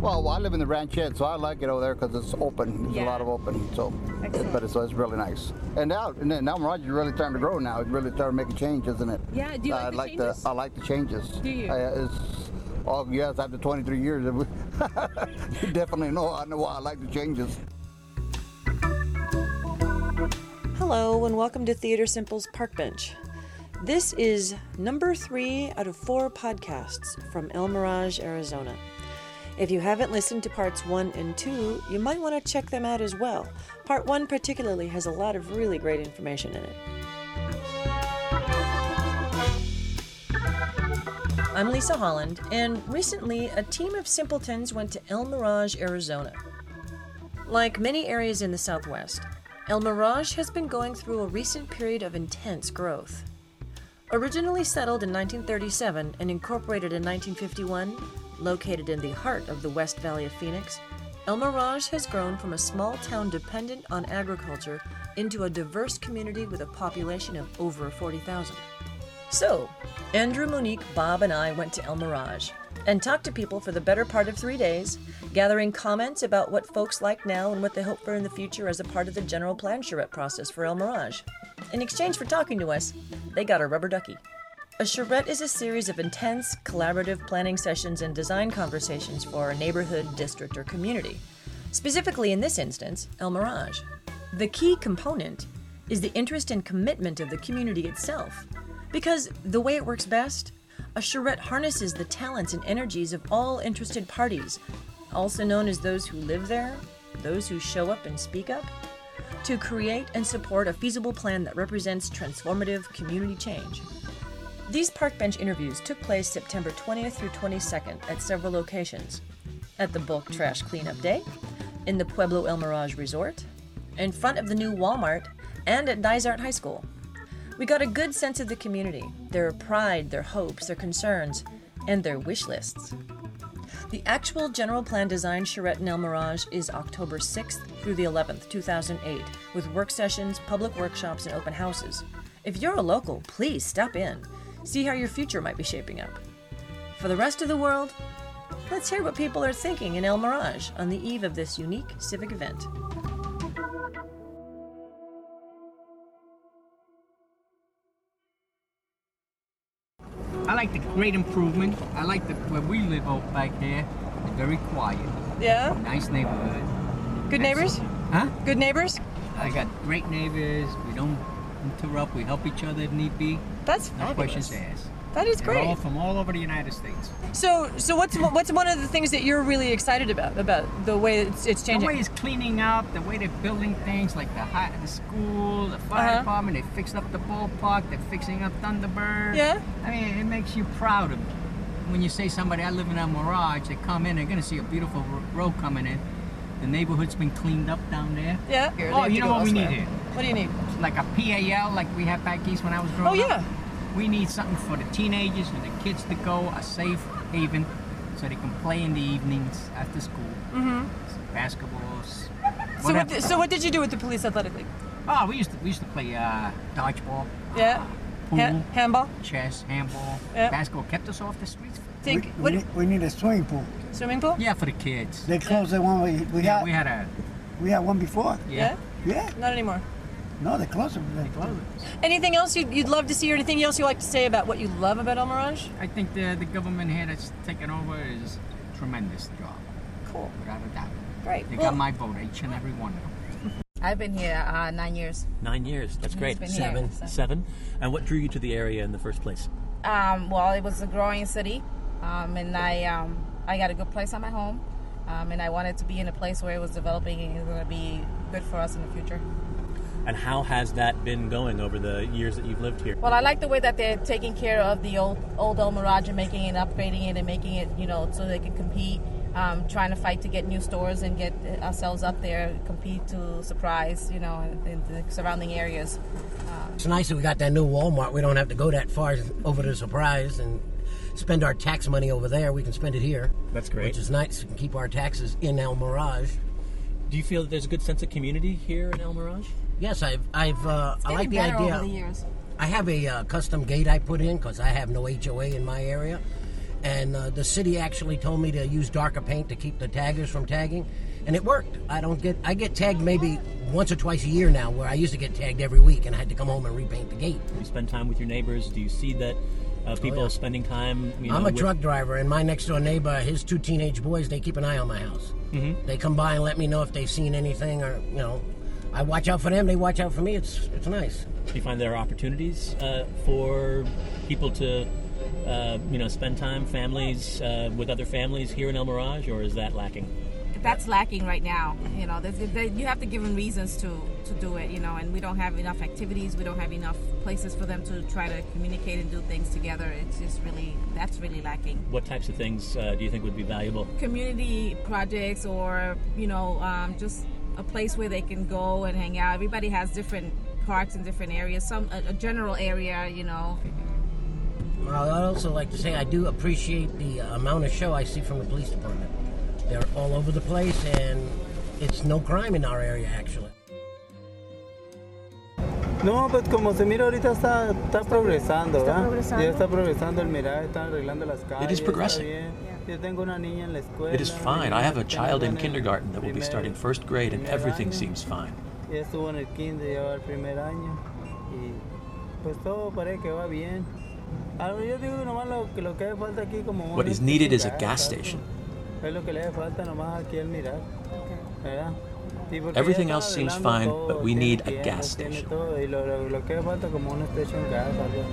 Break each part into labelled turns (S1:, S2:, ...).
S1: well, I live in the ranchette, so I like it over there because it's open. There's
S2: Yeah.
S1: a lot of open, so
S2: Excellent.
S1: but it's, so it's really nice. And now, and then now Roger's really starting to grow now. It's really starting to make a change, isn't it?
S2: Yeah, do you like
S1: I
S2: the
S1: like
S2: changes?
S1: the I like the changes.
S2: Do you?
S1: I, uh, it's, oh yes, after 23 years, it was- you definitely know I know why I like the changes.
S3: Hello, and welcome to Theater Simple's Park Bench. This is number three out of four podcasts from El Mirage, Arizona. If you haven't listened to parts one and two, you might want to check them out as well. Part one, particularly, has a lot of really great information in it. I'm Lisa Holland, and recently a team of simpletons went to El Mirage, Arizona. Like many areas in the Southwest, El Mirage has been going through a recent period of intense growth. Originally settled in 1937 and incorporated in 1951, located in the heart of the West Valley of Phoenix, El Mirage has grown from a small town dependent on agriculture into a diverse community with a population of over 40,000. So, Andrew, Monique, Bob, and I went to El Mirage and talked to people for the better part of three days, gathering comments about what folks like now and what they hope for in the future as a part of the general plan charrette process for El Mirage. In exchange for talking to us, they got a rubber ducky. A charrette is a series of intense, collaborative planning sessions and design conversations for a neighborhood, district, or community. Specifically, in this instance, El Mirage. The key component is the interest and commitment of the community itself. Because the way it works best, a charrette harnesses the talents and energies of all interested parties, also known as those who live there, those who show up and speak up, to create and support a feasible plan that represents transformative community change. These park bench interviews took place September 20th through 22nd at several locations at the Bulk Trash Cleanup Day, in the Pueblo El Mirage Resort, in front of the new Walmart, and at Dysart High School. We got a good sense of the community, their pride, their hopes, their concerns, and their wish lists. The actual general plan design charrette in El Mirage is October 6th through the 11th, 2008, with work sessions, public workshops, and open houses. If you're a local, please stop in. See how your future might be shaping up. For the rest of the world, let's hear what people are thinking in El Mirage on the eve of this unique civic event.
S4: I like the great improvement. I like the where we live out back there. Very quiet,
S3: Yeah?
S4: nice neighborhood.
S3: Good neighbors?
S4: Huh?
S3: Good neighbors?
S4: I got great neighbors. We don't interrupt. We help each other if need be. No
S3: That's
S4: questions asked.
S3: That is
S4: They're all from all over the United States.
S3: So, so what's what's one of the things that you're really excited about about the way it's, it's
S4: The
S3: changing?
S4: way it's cleaning up, the way they're building things, like the high, the school, the fire
S3: Uh-huh.
S4: department. They fixed up the ballpark. They're fixing up Thunderbird.
S3: Yeah.
S4: I mean, it makes you proud of. When you say somebody, I live in a mirage, they come in, they're gonna see a beautiful ro- road coming in. The neighborhood's been cleaned up down there.
S3: yeah.
S4: Oh, you know what we need here?
S3: What do you need?
S4: Like a PAL, like we had back east when I was
S3: Oh
S4: growing up.
S3: yeah.
S4: We need something for the teenagers and the kids to go, a safe haven, so they can play in the evenings after school. Mm-hmm. Basketball. s-
S3: So what,
S4: whatever.
S3: di- so what did you do with the police athletic league?
S4: oh, we used to we used to play uh, dodgeball,
S3: Yeah.
S4: pool,
S3: Ha- handball.
S4: chess, handball,
S3: Yeah.
S4: basketball. Kept us off the streets.
S3: Think.
S5: we,
S3: what?
S5: we, need, we need a swimming pool.
S3: Swimming pool.
S4: Yeah, for the kids.
S5: They closed the one we, we
S4: yeah,
S5: had.
S4: we had a
S5: we had one before.
S4: yeah.
S5: Yeah.
S3: Not anymore.
S5: No, they closed it. They closed it.
S3: Anything else you'd, you'd love to see, or anything else you like to say about what you love about El Mirage?
S4: I think the the government here that's taken over is tremendous job,
S3: Cool.
S4: without a doubt.
S3: Great.
S4: They
S3: Well,
S4: got my vote, each and every one of them.
S6: I've been here uh, nine years.
S7: Nine years. That's great.
S6: been here,
S7: Seven.
S6: so-
S7: Seven. And what drew you to the area in the first place?
S6: Um, well, it was a growing city, um, and I um, I got a good place on my home, um, and I wanted to be in a place where it was developing and it was going to be good for us in the future.
S7: And how has that been going over the years that you've lived here?
S6: Well, I like the way that they're taking care of the old old El Mirage and making it, upgrading it, and making it you know so they can compete. Um, trying to fight to get new stores and get uh, ourselves up there, compete to surprise, you know, in, in the surrounding areas. Um,
S8: It's nice that we got that new Walmart. We don't have to go that far over to Surprise and spend our tax money over there. We can spend it here.
S7: That's great.
S8: Which is nice. We can keep our taxes in El Mirage.
S7: Do you feel that there's a good sense of community here in El Mirage?
S8: Yes, I've, I've, uh, I like the
S6: Better
S8: idea.
S6: over the years.
S8: I have a uh, custom gate I put in because I have no HOA in my area, And uh, the city actually told me to use darker paint to keep the taggers from tagging, and it worked. I don't get I get tagged maybe once or twice a year now, where I used to get tagged every week, and I had to come home and repaint the gate.
S7: You spend time with your neighbors. Do you see that uh, people
S8: Oh, yeah.
S7: spending time? You know,
S8: I'm a
S7: with-
S8: truck driver, and my next door neighbor, his two teenage boys, they keep an eye on my house. Mm-hmm. They come by and let me know if they've seen anything, or you know, I watch out for them. They watch out for me. It's it's nice.
S7: Do you find there are opportunities uh, for people to, uh, you know, spend time families uh, with other families here in El Mirage, or is that lacking?
S6: that's lacking right now. You know, there's, there, you have to give them reasons to to do it. You know, and we don't have enough activities. We don't have enough places for them to try to communicate and do things together. It's just really that's really lacking.
S7: What types of things uh, do you think would be valuable?
S6: Community projects, or you know, um, just a place where they can go and hang out. Everybody has different parks and different areas. Some a, a general area, you know.
S8: I'd also like to say I do appreciate the uh, amount of show I see from the police department. They're all over the place, and it's no crime in our area, actually.
S2: No, pues como se mira ahorita está, está progresando, ¿verdad?
S9: progresando.
S2: Ya está progresando el mirar, están arreglando las calles. está
S10: progressing.
S2: bien. Yo tengo una niña en la escuela.
S10: It is fine. I have a
S2: Tengo
S10: child
S2: una
S10: in
S2: en
S10: kindergarten that will be
S2: primer-
S10: starting first grade, and
S2: primer
S10: everything
S2: año.
S10: seems fine.
S2: Ya estuvo en el kinder, ya va al primer año. Y pues todo parece que va bien. A ver, yo digo nomás lo, que- lo que hace falta aquí como...
S10: What
S2: unos
S10: is needed is a
S2: 15
S10: gas
S2: casas, ¿no?
S10: station.
S2: Es lo que le hace falta nomás aquí al mirar, ¿verdad? Y porque ya
S10: Everything
S2: están
S10: else seems
S2: arreglando
S10: fine,
S2: todo,
S10: but we
S2: tiene
S10: need a
S2: tiendas,
S10: gas
S2: tiene
S10: station.
S2: todo, y lo, lo- lo que hace falta como una station gas, algo.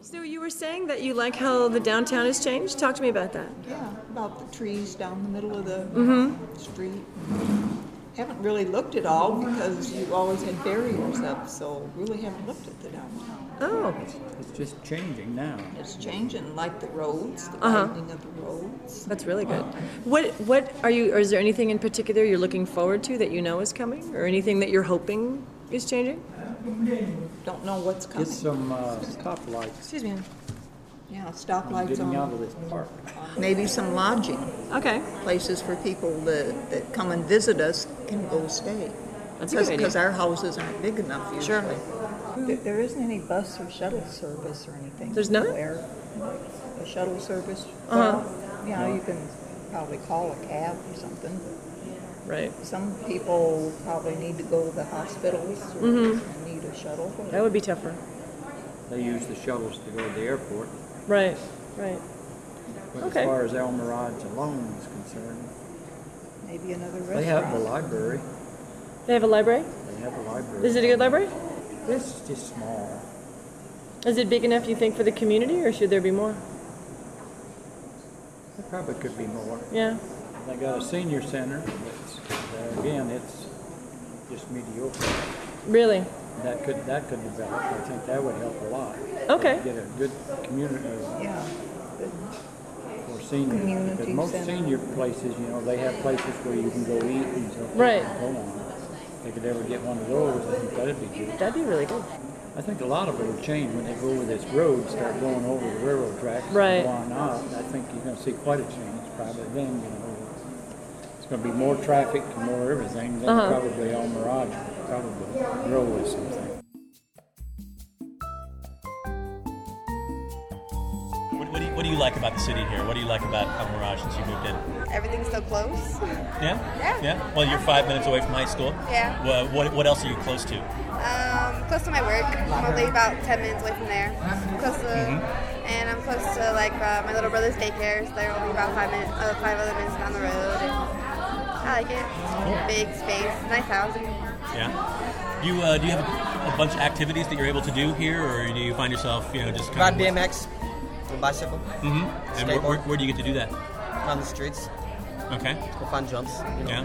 S3: So you were saying that you like how the downtown has changed. Talk to me about that.
S9: Yeah, about the trees down the middle of the
S3: Mm-hmm.
S9: street. Haven't really looked at all because you always had barriers up, so really haven't looked at the downtown.
S3: Oh,
S11: It's just changing now.
S9: It's changing, like the roads, the widening of the roads.
S3: Uh-huh. that's really good. What what are you? Or is there anything in particular you're looking forward to that you know is coming, or anything that you're hoping is changing?
S9: Don't know what's coming.
S11: Get some uh, stoplights
S9: Excuse me. Yeah, stoplights
S11: getting out of
S9: on.
S11: this park.
S9: Maybe some lodging,
S3: Okay,
S9: places for people that, that come and visit us can go stay.
S3: that's a good
S9: Because
S3: idea.
S9: our houses aren't big enough
S3: Sure.
S9: usually. There, there isn't any bus or shuttle service or anything.
S3: There's none?
S9: Where a shuttle service,
S3: Uh-huh.
S9: well, you know, you can probably call a cab or something.
S3: Right,
S9: Some people probably need to go to the hospitals or need a shuttle.
S3: Mm-hmm. that would be tougher.
S11: They use the shuttles to go to the airport.
S3: Right, right.
S11: But
S3: Okay.
S11: as far as El Mirage alone is concerned,
S9: Maybe another
S11: they have the
S9: restaurant.
S11: library.
S3: They have a library.
S11: They have a library.
S3: Is it a good library?
S11: It's just small.
S3: Is it big enough you think for the community, or should there be more?
S11: There probably could be more.
S3: Yeah.
S11: They got a senior center, but it's- there again, it's just mediocre.
S3: Really?
S11: That could, that could develop. I think that would help a lot.
S3: Okay.
S11: Get a good community uh,
S9: Yeah,
S11: for seniors.
S9: Community
S11: Because most
S9: center.
S11: senior places, you know, they have places where you can go eat and so forth.
S3: Right.
S11: and so on. If They could ever get one of those, I think that'd be good.
S3: That'd be really good.
S11: I think a lot of it will change when they go over this road, start going over the railroad tracks. and
S3: Right.
S11: go on up. I think you're gonna see quite a change probably then, you know. It's gonna be more traffic, and more everything, then
S3: Uh-huh.
S11: probably El Mirage, will probably grow with something.
S7: What, what, do you, what do you like about the city here? What do you like about El Mirage since you moved in?
S9: everything's so close.
S7: Yeah.
S9: Yeah.
S7: Well, you're five minutes away from high school.
S9: Yeah.
S7: Well, what, what else are you close to?
S9: Um, close to my work. I'm only about 10 minutes away from there. Close to, and I'm close to like uh, my little brother's daycare. So they're only about five minutes, uh, five other minutes down the road. And I like it. Big space, nice Uh, house.
S7: Yeah. Do you uh, do you have a, a bunch of activities that you're able to do here, or do you find yourself you know just kind
S2: Ride
S7: of
S2: BMX, bicycle,
S7: hmm And where, where, where do you get to do that?
S2: on the streets,
S7: Okay.
S2: go find jumps.
S7: Yeah.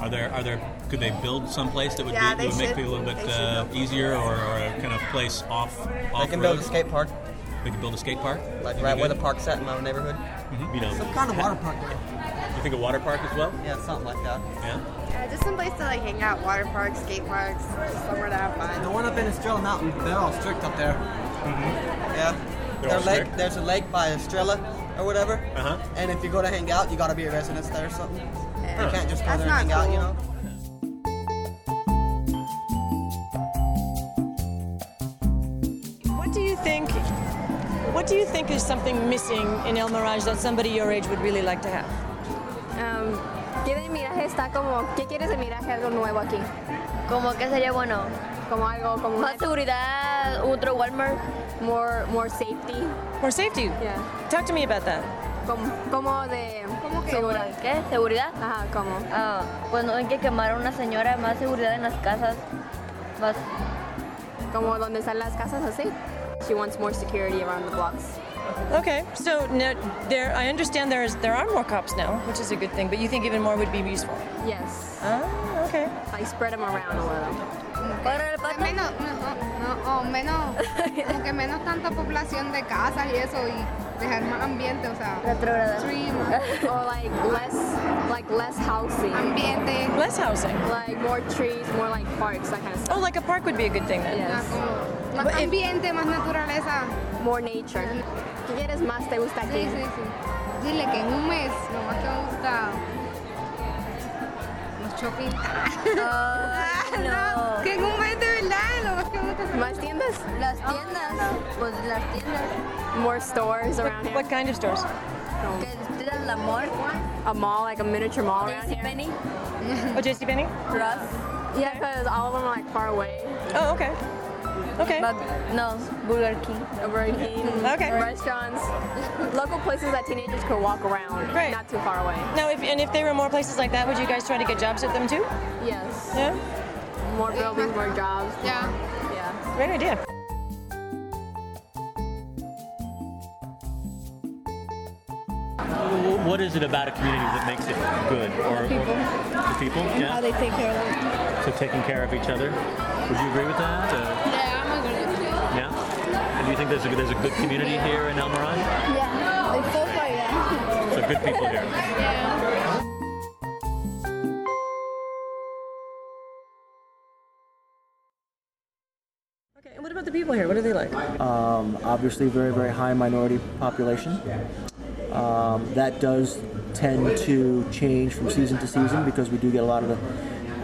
S7: Are there are there could they build someplace that would
S9: Yeah,
S7: be,
S9: they
S7: would make
S9: should.
S7: it a little bit
S9: They should
S7: uh,
S9: build
S7: easier, or, or a kind of place off off road?
S2: park,
S7: They could build a skate park. That'd be good.
S2: park's at in my neighborhood.
S7: Mhm. You know,
S2: kind of water park.
S7: you think a water park as well?
S2: Yeah, something like that.
S7: Yeah.
S9: Yeah, just some place to like hang out, water parks, skate parks, just somewhere to have
S2: The
S9: fun.
S2: one up in Estrella Mountain, they're all strict up there. Mm-hmm. Yeah.
S7: They're
S2: Their
S7: all
S2: lake,
S7: strict?
S2: there's a lake by Estrella or whatever.
S7: Uh-huh.
S2: And if you go to hang out, you gotta be a resident there or something. You
S9: Yeah.
S2: can't just go
S9: That's
S2: there and
S9: not
S2: hang out, you
S9: cool.
S2: know.
S12: think? What do you think is something missing in El Mirage that somebody your age would really like to have?
S13: Um, ¿Qué de miraje está como, qué quieres de miraje algo nuevo aquí? Como que sería bueno. Como algo, como más seguridad, otro Uh, Walmart, more, more safety.
S12: More safety.
S13: Yeah.
S12: Talk to me about that.
S13: Como, como de seguridad. ¿Qué? Seguridad. Ajá, como. pues no hay que quemar a una señora, más seguridad en las casas, más. Como donde están las casas así. She wants more security around the blocks.
S12: Okay, so now there, I understand there is there are more cops now, which is a good thing. But you think even more would be useful?
S13: Yes.
S12: Oh, okay.
S13: I spread them around a little.
S14: Menos, no, no, o menos, como que menos tanta población de casas y eso y dejar más ambiente, o sea, stream,
S13: or like less like less housing.
S14: Ambiente.
S12: Less housing.
S13: Like more trees, more like parks, that kind of stuff.
S12: Oh, like a park would be a good thing then.
S13: Yes.
S14: más ambiente, más naturaleza.
S13: More nature. ¿Qué quieres más te gusta aquí?
S14: Sí, sí, sí. Dile que en un mes lo más que me gusta los shopping. no. que en un mes de verdad lo más que me gusta son-
S13: ¿Más tiendas? Las tiendas. Pues las tiendas. More stores around here.
S12: What kind of stores?
S13: A mall, like a miniature mall around here. Penny.
S12: Oh, JC Penney.
S13: Yeah, because all of them are like far away.
S12: Oh, okay. Okay.
S13: But no, Burger King. Burger King.
S12: Okay.
S13: Restaurants. Local places that teenagers could walk around.
S12: Great.
S13: Not too far away.
S12: Now, if and if there were more places like that, would you guys try to get jobs at them too?
S13: Yes.
S12: Yeah.
S13: More buildings, more jobs.
S14: Ya.
S13: Yeah.
S12: Great idea.
S7: Wh- What is it about a community that makes it good? Or, people. Or the people?
S9: and how
S7: Yeah.
S9: they take care of them.
S7: So taking care of each other. Would you agree with that? Uh,
S9: Yeah, I'm agree.
S7: yeah. And do you think there's a, there's a good community here in El Mirage?
S9: Yeah, like so far, yeah.
S7: So good people here.
S9: yeah.
S12: Okay. And what about the people here? What are they like?
S15: um, obviously very very high minority population um, that does tend to change from season to season because we do get a lot of the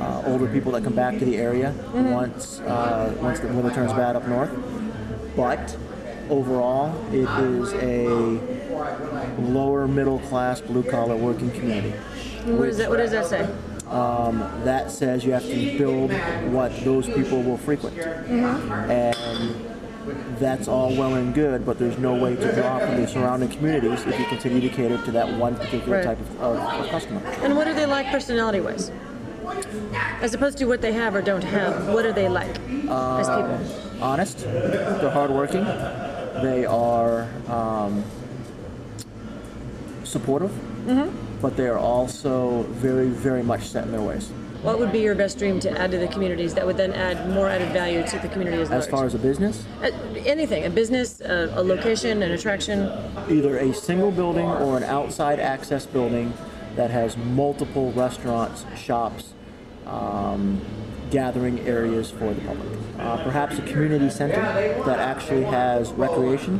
S15: uh, older people that come back to the area
S12: Mm-hmm.
S16: Mhm.
S15: once uh, once the winter turns bad up north but overall it is a lower middle class blue collar working community
S12: What is that? What does that say?
S15: um, that says you have to build what those people will frequent
S12: Mm-hmm.
S15: and that's all well and good, but there's no way to draw from the surrounding communities if you continue to cater to that one particular
S12: Right.
S15: type of, of, of customer.
S12: And what are they like personality-wise? As opposed to what they have or don't have, what are they like? As people.
S15: Um, honest, they're hardworking, they are um, supportive, but they are also very, very much set in their ways.
S12: What would be your best dream to add to the communities that would then add more added value to the community as,
S15: As far as a business,
S12: Uh, anything, a business, a, a location, an attraction.
S15: either a single building or an outside access building that has multiple restaurants, shops, um, gathering areas for the public. Uh, perhaps a community center that actually has recreation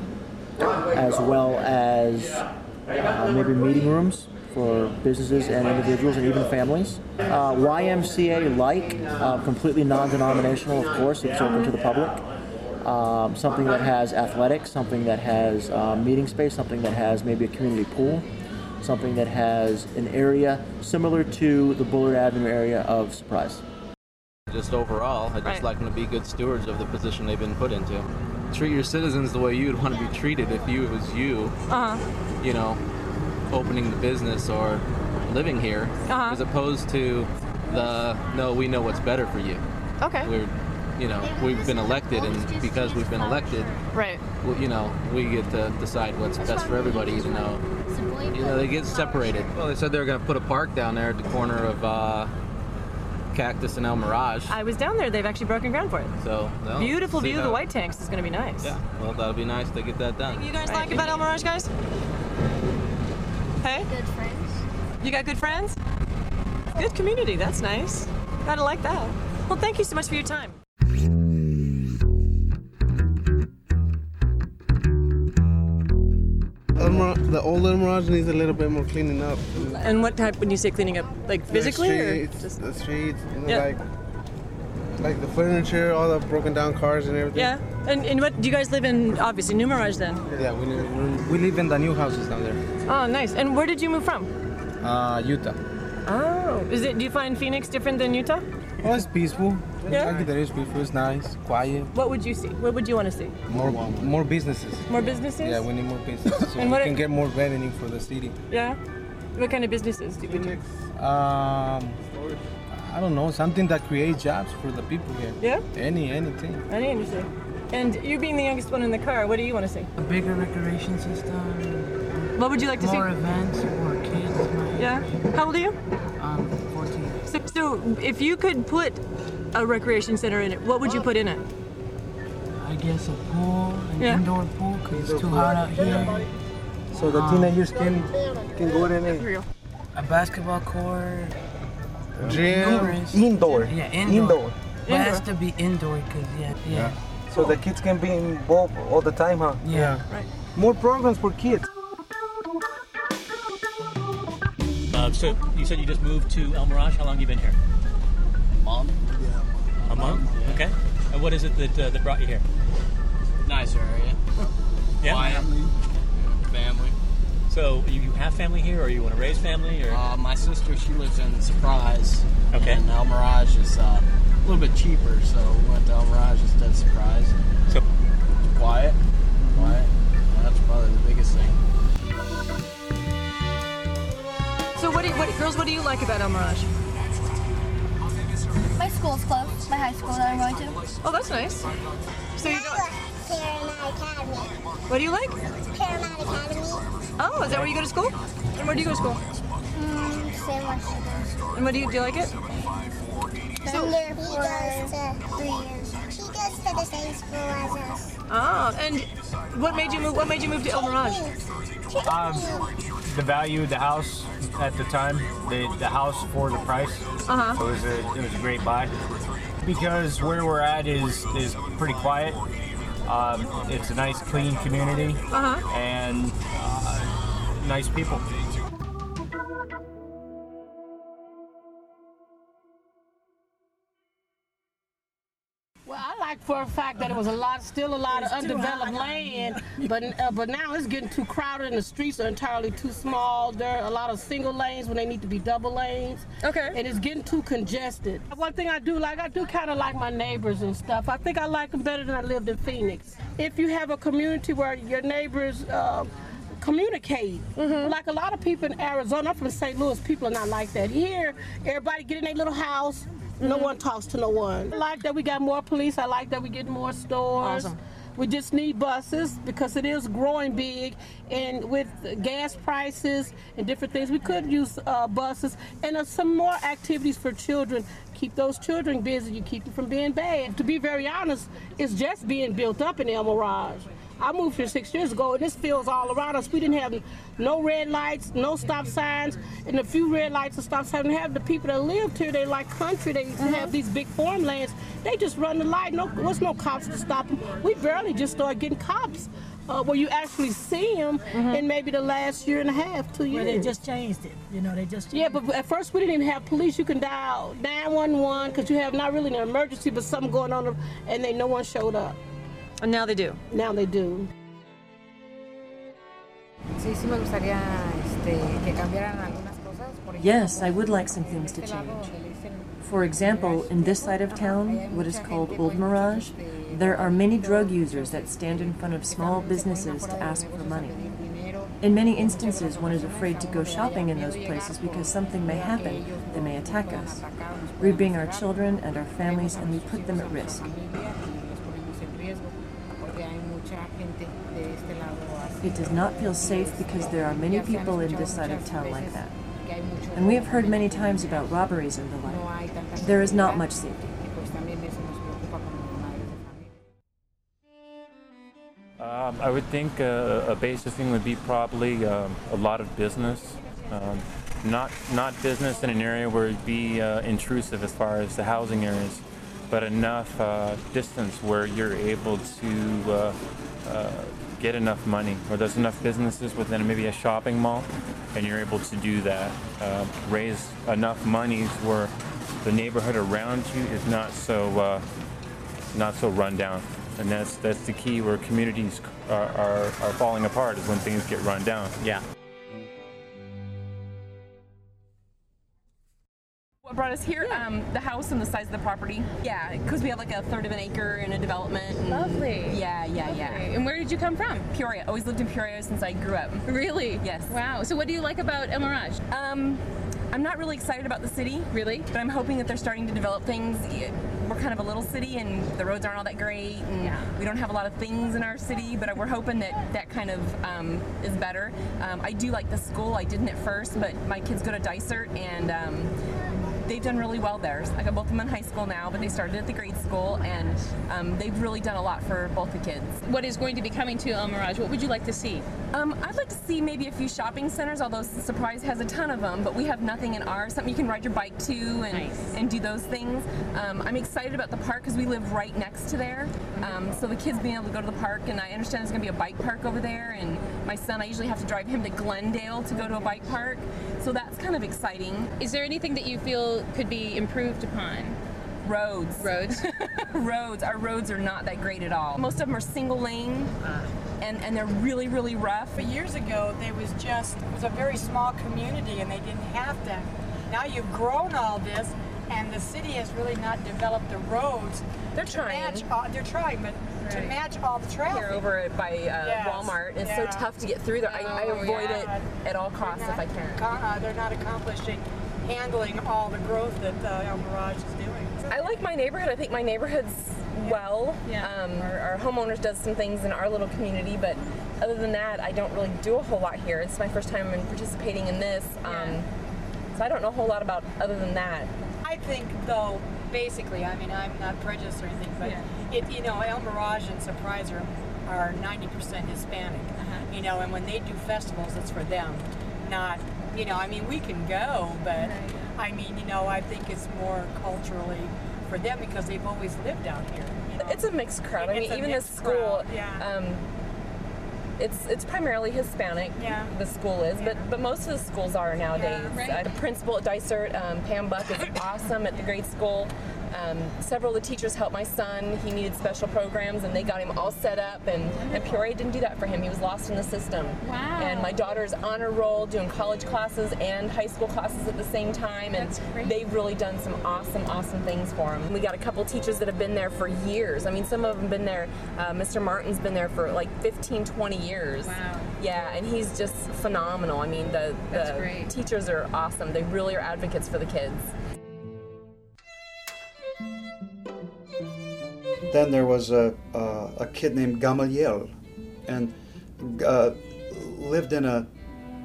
S15: as well as uh, maybe meeting rooms for businesses and individuals and even families. Uh, YMCA like, uh, completely non denominational, of course, it's open to the public um, something that has athletics, something that has uh, meeting space, something that has maybe a community pool, something that has an area similar to the Bullard Avenue area of Surprise.
S17: Just overall, I just like them to be good stewards of the position they've been put into. Treat your citizens the way you'd want to be treated if you it was you,
S5: Uh-huh.
S1: Uh huh.
S17: you know, opening the business or living here,
S1: Uh-huh.
S17: as opposed to the no, we know what's better for you.
S1: Okay.
S17: We're, you know, we've been elected, and because we've been elected,
S1: Right.
S17: well, you know, we get to decide what's best for everybody, even though you know they get separated. Well, they said they were going to put a park down there at the corner of uh, Cactus and El Mirage.
S12: I was down there. They've actually broken ground for it.
S17: So well,
S12: Beautiful
S17: see
S12: view of the
S17: how-
S12: White Tanks is going to be nice.
S17: Yeah, well, that'll be nice to get that done.
S12: You guys like about El Mirage, guys? Hey. Good friends. You got good friends. Good community. That's nice. Gotta like that. Well, thank you so much for your time.
S18: El Mir- the old El Mirage needs a little bit more cleaning up.
S12: And what type when you say cleaning up, like
S18: The
S12: physically
S18: streets,
S12: or just
S18: the streets, you know,
S12: Yeah.
S18: like
S19: Like the furniture, all the broken down cars and everything.
S3: Yeah. And, and what do you guys live in? Obviously, New Mirage then.
S19: Yeah, we live, we live in the new houses down there.
S3: Oh, nice. And where did you move from?
S19: Uh, Utah.
S3: Oh, is it? Do you find Phoenix different than Utah?
S19: Oh, it's peaceful.
S3: Yeah.
S19: I think that is peaceful. It's nice, quiet.
S3: What would you see? What would you want to see?
S19: More, more businesses.
S3: More businesses?
S19: Yeah, we need more businesses so
S3: And
S19: we
S3: what
S19: can
S3: it-
S19: get more revenue for the city.
S3: Yeah. What kind of businesses do you do?
S19: Um, I don't know, something that creates jobs for the people here.
S3: Yeah?
S19: Any, anything.
S3: I didn't understand. And you being the youngest one in the car, what do you want to see?
S20: A bigger recreation system.
S3: What would you like to see?
S20: More events for kids. my
S3: Yeah. How old are you?
S20: age. Um, 14.
S3: So, so if you could put a recreation center in it, what would you
S20: Uh,
S3: put in it?
S20: I guess a pool, an
S3: Yeah.
S20: indoor pool, 'cause
S19: Indoor
S20: it's too
S19: pool.
S20: hot out here.
S19: So the
S20: Um,
S19: teenagers can can go in and
S20: A basketball court.
S19: gym
S20: Indoors.
S19: indoor.
S20: Yeah, indoor.
S19: Indoor.
S20: But it has to be indoor, cause yeah, yeah.
S19: So the kids can be involved all the time, huh?
S20: Yeah.
S3: Right.
S19: More programs for kids.
S7: Uh, so you said you just moved to El Mirage. How long you been here?
S13: Mom?
S7: A month. Okay. And what is it that uh, that brought you here?
S13: Nicer area.
S7: Yeah.
S13: Family. Family.
S7: So you, you have family here, or you want to raise family, or
S13: Uh, my sister, she lives in Surprise.
S7: Okay.
S13: And El Mirage is uh, a little bit cheaper, so we went to El Mirage instead of Surprise.
S7: So
S13: quiet. Quiet. That's probably the biggest thing.
S3: So what, do you, what girls? What do you like about El Mirage?
S12: My school's close, my high school that I'm going to.
S3: Oh, that's nice. So you don't.
S12: Paramount Academy.
S3: What do you like?
S12: Paramount Academy.
S3: Oh, is that where you go to school? And where do you go to school?
S12: Mm, San Washington.
S3: And what do you do? You like it?
S12: So, there for three years. She goes to the same school as us.
S3: Oh, and what made you move? What made you move to El Mirage?
S21: Um, the value of the house at the time, the, the house for the price.
S3: Uh-huh.
S21: So it was a it was a great buy because where we're at is is pretty quiet. Um, it's a nice, clean community
S3: Uh-huh.
S21: and uh, nice people.
S22: Well, I like for a fact that it was a lot, still a lot
S23: It's
S22: of
S23: too
S22: undeveloped
S23: hot.
S22: land, but uh, but now it's getting too crowded and the streets are entirely too small. There are a lot of single lanes when they need to be double lanes.
S3: Okay.
S22: And it's getting too congested. One thing I do like, I do kind of like my neighbors and stuff. I think I like them better than I lived in Phoenix. If you have a community where your neighbors. Uh, communicate. Like a lot of people in Arizona, I'm from St. Louis, people are not like that. Here, everybody get in their little house. No one talks to no one. I like that we got more police. I like that we get more stores.
S3: Awesome.
S22: We just need buses because it is growing big, and with gas prices and different things, we could use uh, buses and uh, some more activities for children. Keep those children busy. You keep them from being bad. To be very honest, it's just being built up in El Mirage. I moved here six years ago, and this fields all around us. We didn't have no red lights, no stop signs, and a few red lights and stop signs. And have the people that lived here, they like country. They
S24: Uh-huh.
S22: have these big farmlands. They just run the light. No, was no cops to stop them. We barely just started getting cops. Uh, where you actually see them in maybe the last year and a half, two years.
S24: Uh-huh. Well, they just changed it. You know, they just
S22: Yeah, but at first we didn't even have police. You can dial 911 because you have not really an emergency, but something going on, and then no one showed up.
S3: And now they do.
S22: Now they do.
S25: Sí, sí me gustaría este, que cambiaran algunas cosas. Por ejemplo,
S3: Yes, I would like some things to
S25: este lado
S3: change.
S25: donde le dicen
S3: For example, in this side of town, what is called Old Mirage, there are many drug users that stand in front of small businesses to ask for money. In many instances, one is afraid to go shopping in those places because something may happen. They may attack us. We bring our children and our families and we put them at risk.
S25: los ponemos en riesgo, porque hay mucha gente de este lado. así.
S3: It does not feel safe because there are many
S25: Ya se han
S3: people in
S25: escuchado
S3: this side of
S25: muchas
S3: town
S25: veces
S3: like that.
S25: que hay mucho
S3: And we have heard many times about robberies and the
S25: No hay
S3: like.
S25: tanta
S3: There is not
S25: seguridad,
S3: much safety.
S25: y pues también eso nos preocupa como madres de familia.
S26: Um, I would think uh, a basic thing would be probably um, a lot of business. Um, not not business in an area where it'd be uh, intrusive as far as the housing areas, but enough uh, distance where you're able to uh, uh, get enough money, or there's enough businesses within maybe a shopping mall, and you're able to do that. Uh, raise enough Um, monies where the neighborhood around you is not so uh, not so run down. And that's that's the key where communities are, are, are falling apart is when things get run down. Yeah.
S1: What brought us here? Um, the house and the size of the property. Yeah, because we have like a third of an acre in a development. and-
S5: Lovely.
S1: Yeah, yeah, yeah.
S5: Lovely. And where did you come from?
S1: Peoria. Always lived in Peoria since I grew up.
S5: Really?
S1: Yes.
S5: Wow. So what do you like about El Mirage?
S1: Um, I'm not really excited about the city. Really? But I'm hoping that they're starting to develop things. We're kind of a little city, and the roads aren't all that great, and we don't have a lot of things in our city. But we're hoping that that kind of um, is better. Um, I do like the school. I didn't at first, but my kids go to Dysart, and um, they've done really well there. I got both of them in high school now, but they started at the grade school, and um, they've really done a lot for both the kids.
S5: What is going to be coming to El Mirage? What would you like to see?
S1: Um, I'd like to see maybe a few shopping centers, although Surprise has a ton of them, but we have nothing in ours. Something you can ride your bike to and, and do those things. Um, I'm excited about the park because we live right next to there. Um, so the kids being able to go to the park, and I understand there's going to be a bike park over there. And my son, I usually have to drive him to Glendale to go to a bike park. So that's kind of exciting.
S5: Is there anything that you feel could be improved upon?
S1: Roads.
S5: Roads.
S1: roads. Our roads are not that great at all. Most of them are single lane,
S5: Ah.
S1: and, and they're really, really rough.
S23: But Oh, years ago, there was just it was a very small community, and they didn't have that. Now you've grown all this, and the city has really not developed the roads. They're trying. Match all, they're trying, but to
S1: Right.
S23: match all the traffic.
S1: Here over at by uh,
S23: Yes.
S1: Walmart. It's
S23: Yeah.
S1: so tough to get through there. I, I
S23: Oh,
S1: avoid
S23: yeah.
S1: it at all costs
S23: They're
S1: if I
S23: not
S1: can.
S23: co- uh, they're not accomplishing handling all the growth that uh, El Mirage is doing.
S1: I like my neighborhood. I think my neighborhood's well. Um, our, our homeowners does some things in our little community, but other than that, I don't really do a whole lot here. It's my first time in participating in this, um, so I don't know a whole lot about other than that.
S23: I think, though, basically, I mean, I'm not prejudiced or anything, but it, you know, El Mirage and Surprise are, are 90% Hispanic,
S1: Uh-huh.
S23: you know, and when they do festivals, it's for them, not, you know, I mean, we can go, but I mean, you know, I think it's more culturally for them because they've always lived out here.
S1: It's a mixed crowd. I
S23: It's
S1: mean,
S23: a
S1: even the
S23: mixed
S1: school.
S23: crowd, yeah.
S1: Um, it's it's primarily Hispanic.
S23: Yeah.
S1: The school is, but but most of the schools are nowadays.
S23: Yeah.
S1: Uh, the principal at Dysart, um, Pam Buck, is awesome at the grade school. Um, several of the teachers helped my son. He needed special programs, and they got him all set up. And, and Peoria didn't do that for him. He was lost in the system.
S5: Wow.
S1: And my daughter's on a roll, doing college classes and high school classes at the same time. And they've really done some awesome, awesome things for him. We got a couple teachers that have been there for years. I mean, some of them been there. Uh, Mr. Martin's been there for like 15, 20 years. Wow. Yeah, and he's just phenomenal. I mean, the,
S5: That's
S1: the
S5: great.
S1: teachers are awesome. They really are advocates for the kids.
S27: Then there was a, uh, a kid named Gamaliel, and uh, lived in a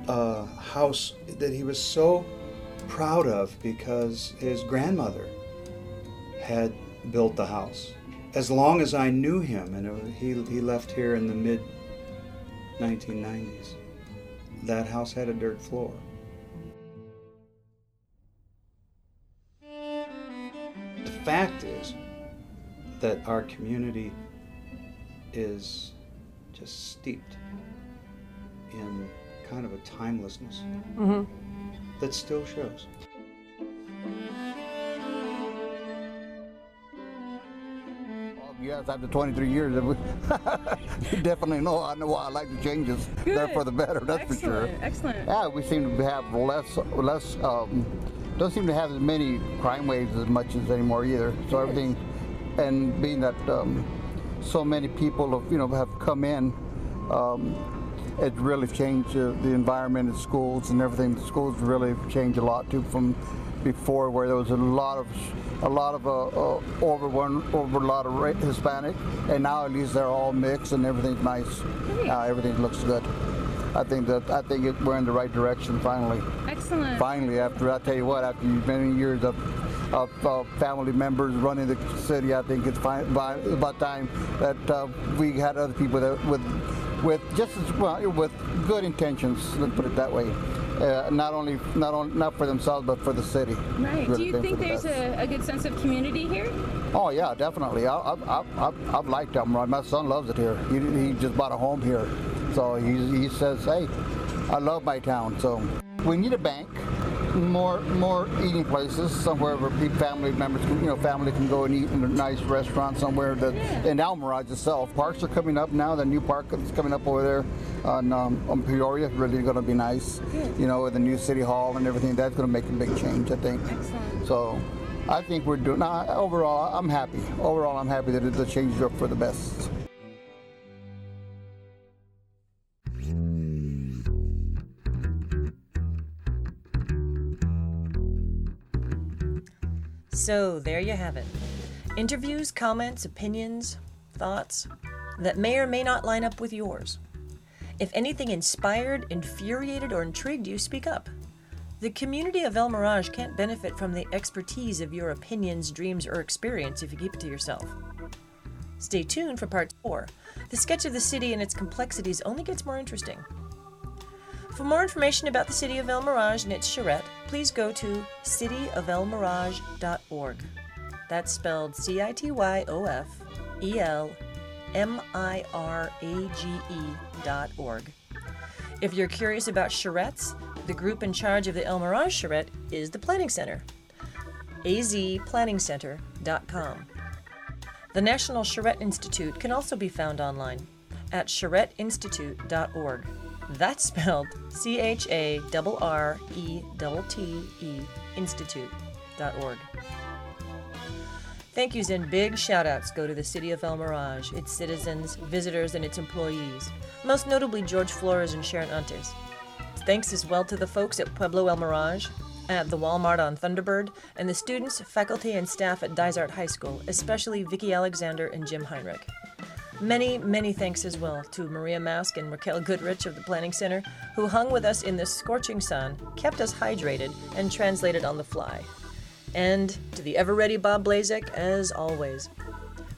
S27: uh, house that he was so proud of because his grandmother had built the house. As long as I knew him, and it, he, he left here in the mid 1990s, that house had a dirt floor. The fact is that our community is just steeped in kind of a timelessness
S22: Mm-hmm.
S27: that still shows.
S1: Oh,
S28: Yes, after 23 years, you definitely know. I know why I like the changes. They're for the better, that's for sure.
S5: Excellent.
S28: Yeah, we seem to have less, less, um, don't seem to have as many crime waves as much as anymore either. So everything, and being that um, so many people have, you know, have come in, um, it really changed uh, the environment in schools and everything. The schools really changed a lot too from before, where there was a lot of, a lot of uh, uh, over one, over a lot of ra- Hispanic, and now at least they're all mixed and everything's nice. Now everything looks good. I think that I think it, we're in the right direction finally.
S5: Excellent.
S28: Finally, after I tell you what, after many years of, of uh, family members running the city, I think it's fine, by, about time that uh, we had other people that with with just as well with good intentions. Let's put it that way. Uh, not only not only not for themselves, but for the city.
S5: Right.
S28: Really
S5: Do you
S28: been for
S5: think
S28: the
S5: there's
S28: best.
S5: a, a good sense of community here?
S28: Oh yeah, definitely. I, I, I, I, I've liked Elmira. My son loves it here. He, he just bought a home here, so he, he says, "Hey, I love my town." So we need a bank. more more eating places somewhere where pe- family members can you know family can go and eat in a nice restaurant somewhere that in Almirage itself parks are coming up now the new park that's coming up over there on, um, on Peoria is really going to be nice you know with the new city hall and everything that's going to make a big change I think so I think we're doing nah, overall I'm happy overall I'm happy that the changes are for the best
S3: So there you have it. Interviews, comments, opinions, thoughts that may or may not line up with yours. If anything inspired, infuriated, or intrigued you, speak up. The community of El Mirage can't benefit from the expertise of your opinions, dreams, or experience if you keep it to yourself. Stay tuned for part 4. The sketch of the city and its complexities only gets more interesting. For more information about the City of El Mirage and its charrette, please go to cityofelmirage.org. That's spelled C I T Y O F E L M I R A G E dot org. If you're curious about charrettes, the group in charge of the El Mirage charrette is the Planning Center, azplanningcenter.com. The National Charrette Institute can also be found online at charretteinstitute.org. That's spelled C H A R R E T T E Institute.org. Thank yous and big shout outs go to the city of El Mirage, its citizens, visitors, and its employees, most notably George Flores and Sharon Antes. Thanks as well to the folks at Pueblo El Mirage, at the Walmart on Thunderbird, and the students, faculty, and staff at Dysart High School, especially Vicki Alexander and Jim Heinrich. Many, many thanks as well to Maria Mask and Raquel Goodrich of the Planning Center, who hung with us in the scorching sun, kept us hydrated, and translated on the fly. And to the ever ready Bob Blazek, as always.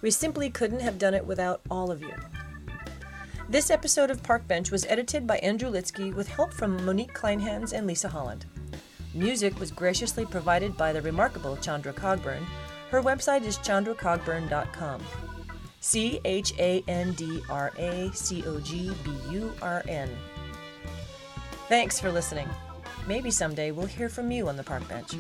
S3: We simply couldn't have done it without all of you. This episode of Park Bench was edited by Andrew Litsky with help from Monique Kleinhans and Lisa Holland. Music was graciously provided by the remarkable Chandra Cogburn. Her website is chandracogburn.com. C H A N D R A C O G B U R N. Thanks for listening. Maybe someday we'll hear from you on the park bench.